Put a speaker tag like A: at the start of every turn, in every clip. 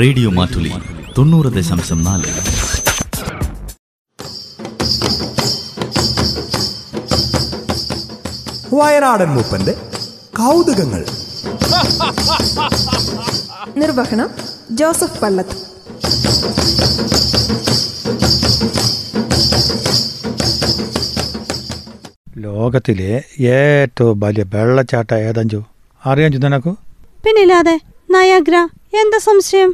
A: radio Mattoli തൊണ്ണൂറ് ദശാംശം നാല്
B: വയനാടൻ മൂപ്പന്റെ കൗതുകങ്ങൾ
C: നിർവഹണം ജോസഫ് പള്ളത്ത്
D: ലോകത്തിലെ ഏറ്റവും വലിയ വെള്ളച്ചാട്ട ഏതഞ്ചു അറിയാം ചിന്തനക്കു
E: പിന്നില്ലാതെ നയാഗ്ര എന്താ സംശയം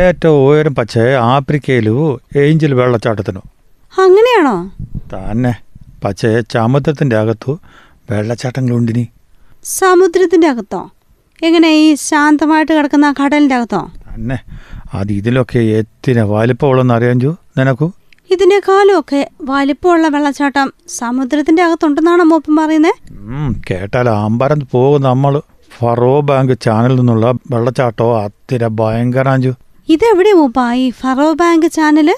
D: ഏറ്റവും ഉയരം പക്ഷേ ആഫ്രിക്കയിലും ഏഞ്ചൽ വെള്ളച്ചാട്ടത്തിനു
E: അങ്ങനെയാണോ
D: തന്നെ പക്ഷേ സമുദ്രത്തിൻ്റെ അകത്തു വെള്ളച്ചാട്ടങ്ങളുണ്ടിനി
E: സമുദ്രത്തിന്റെ അകത്തോ എങ്ങനെ ഈ ശാന്തമായിട്ട് കിടക്കുന്ന ആ കടലിന്റെ അകത്തോ
D: തന്നെ അത് ഇതിലൊക്കെ എത്തിന വലിപ്പമുള്ളെന്ന് അറിയാഞ്ചു നിനക്കു
E: ഇതിനേക്കാളും ഒക്കെ വലിപ്പമുള്ള വെള്ളച്ചാട്ടം സമുദ്രത്തിന്റെ അകത്തുണ്ടെന്നാണോ മൂപ്പൻ പറയുന്നേ
D: ഉം, കേട്ടാൽ അമ്പരം പോകും നമ്മൾ ഫറോ ബാങ്ക് ചാനലിൽ നിന്നുള്ള വെള്ളച്ചാട്ടം അത്തിര ഭയങ്കരാഞ്ചു
E: ഇതെവിടെ മൂപ്പ ഈ ഫറോ ബാങ്ക് ചാനല്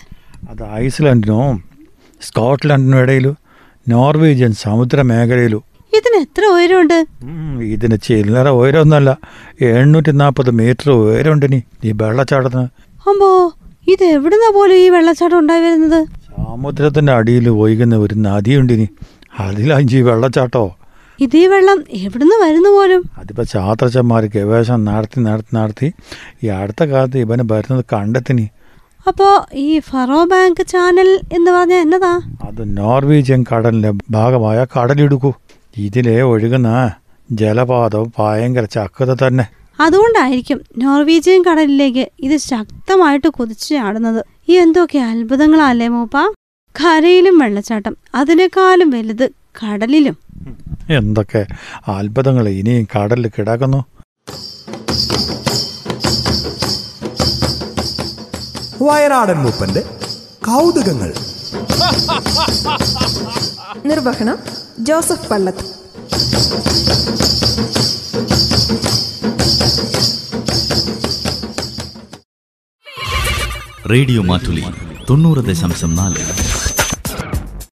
D: അത് ഐസ്ലൻഡിനും സ്കോട്ട്ലൻഡിനും ഇടയിൽ നോർവീജിയൻ സമുദ്ര മേഖലയിലും
E: ഇതിന് എത്ര ഉയരമുണ്ട്
D: ഉം, ഇതിന് ചില്ലറ ഉയരമൊന്നുമല്ല എണ്ണൂറ്റി നാൽപ്പത് മീറ്റർ ഉയരമുണ്ടിനി ഈ വെള്ളച്ചാട്ടത്തിന്
E: അമ്പോ ഇത് എവിടുന്നാ പോലും ഈ വെള്ളച്ചാട്ടം ഉണ്ടായി വരുന്നത്
D: സമുദ്രത്തിൻ്റെ അടിയിൽ ഒഴുകുന്ന ഒരു നദിയുണ്ടിനി അതിലഞ്ച് ഈ വെള്ളച്ചാട്ടോ
E: ഇത് ഈ വെള്ളം എവിടുന്ന് വരുന്നു പോലും
D: അതിപ്പോൾ ശാസ്ത്രജ്ഞന്മാർ ഗവേഷണം നടത്തി നടത്തി നടത്തി ഈ അടുത്ത കാലത്ത് ഇവന് വരുന്നത് കണ്ടെത്തിനി
E: അപ്പോ ഈ ഫറോ ബാങ്ക് ചാനൽ എന്ന് പറഞ്ഞാൽ എന്നതാ
D: അത് നോർവീജിയൻ കടലിൻ്റെ ഭാഗമായ കടലിടുക്കു ഇതിലെ ഒഴുകുന്ന ജലപാതം ഭയങ്കര ചക്കത തന്നെ
E: അതുകൊണ്ടായിരിക്കും നോർവീജിയൻ കടലിലേക്ക് ഇത് ശക്തമായിട്ട് കുതിച്ചു ചാടുന്നത് ഈ എന്തൊക്കെ അത്ഭുതങ്ങളല്ലേ മൂപ്പ കരയിലും വെള്ളച്ചാട്ടം അതിനേക്കാളും വലുത് കടലിലും
D: എന്തൊക്കെ അത്ഭുതങ്ങൾ ഇനിയും കടലിൽ കിടക്കുന്നു
B: വയനാടൻ മൂപ്പന്റെ കൗതുകങ്ങൾ
C: നിർവഹണം ജോസഫ് പള്ളത്ത്
A: റേഡിയോ മാറ്റുലി തൊണ്ണൂറ് ദശാംശം നാല്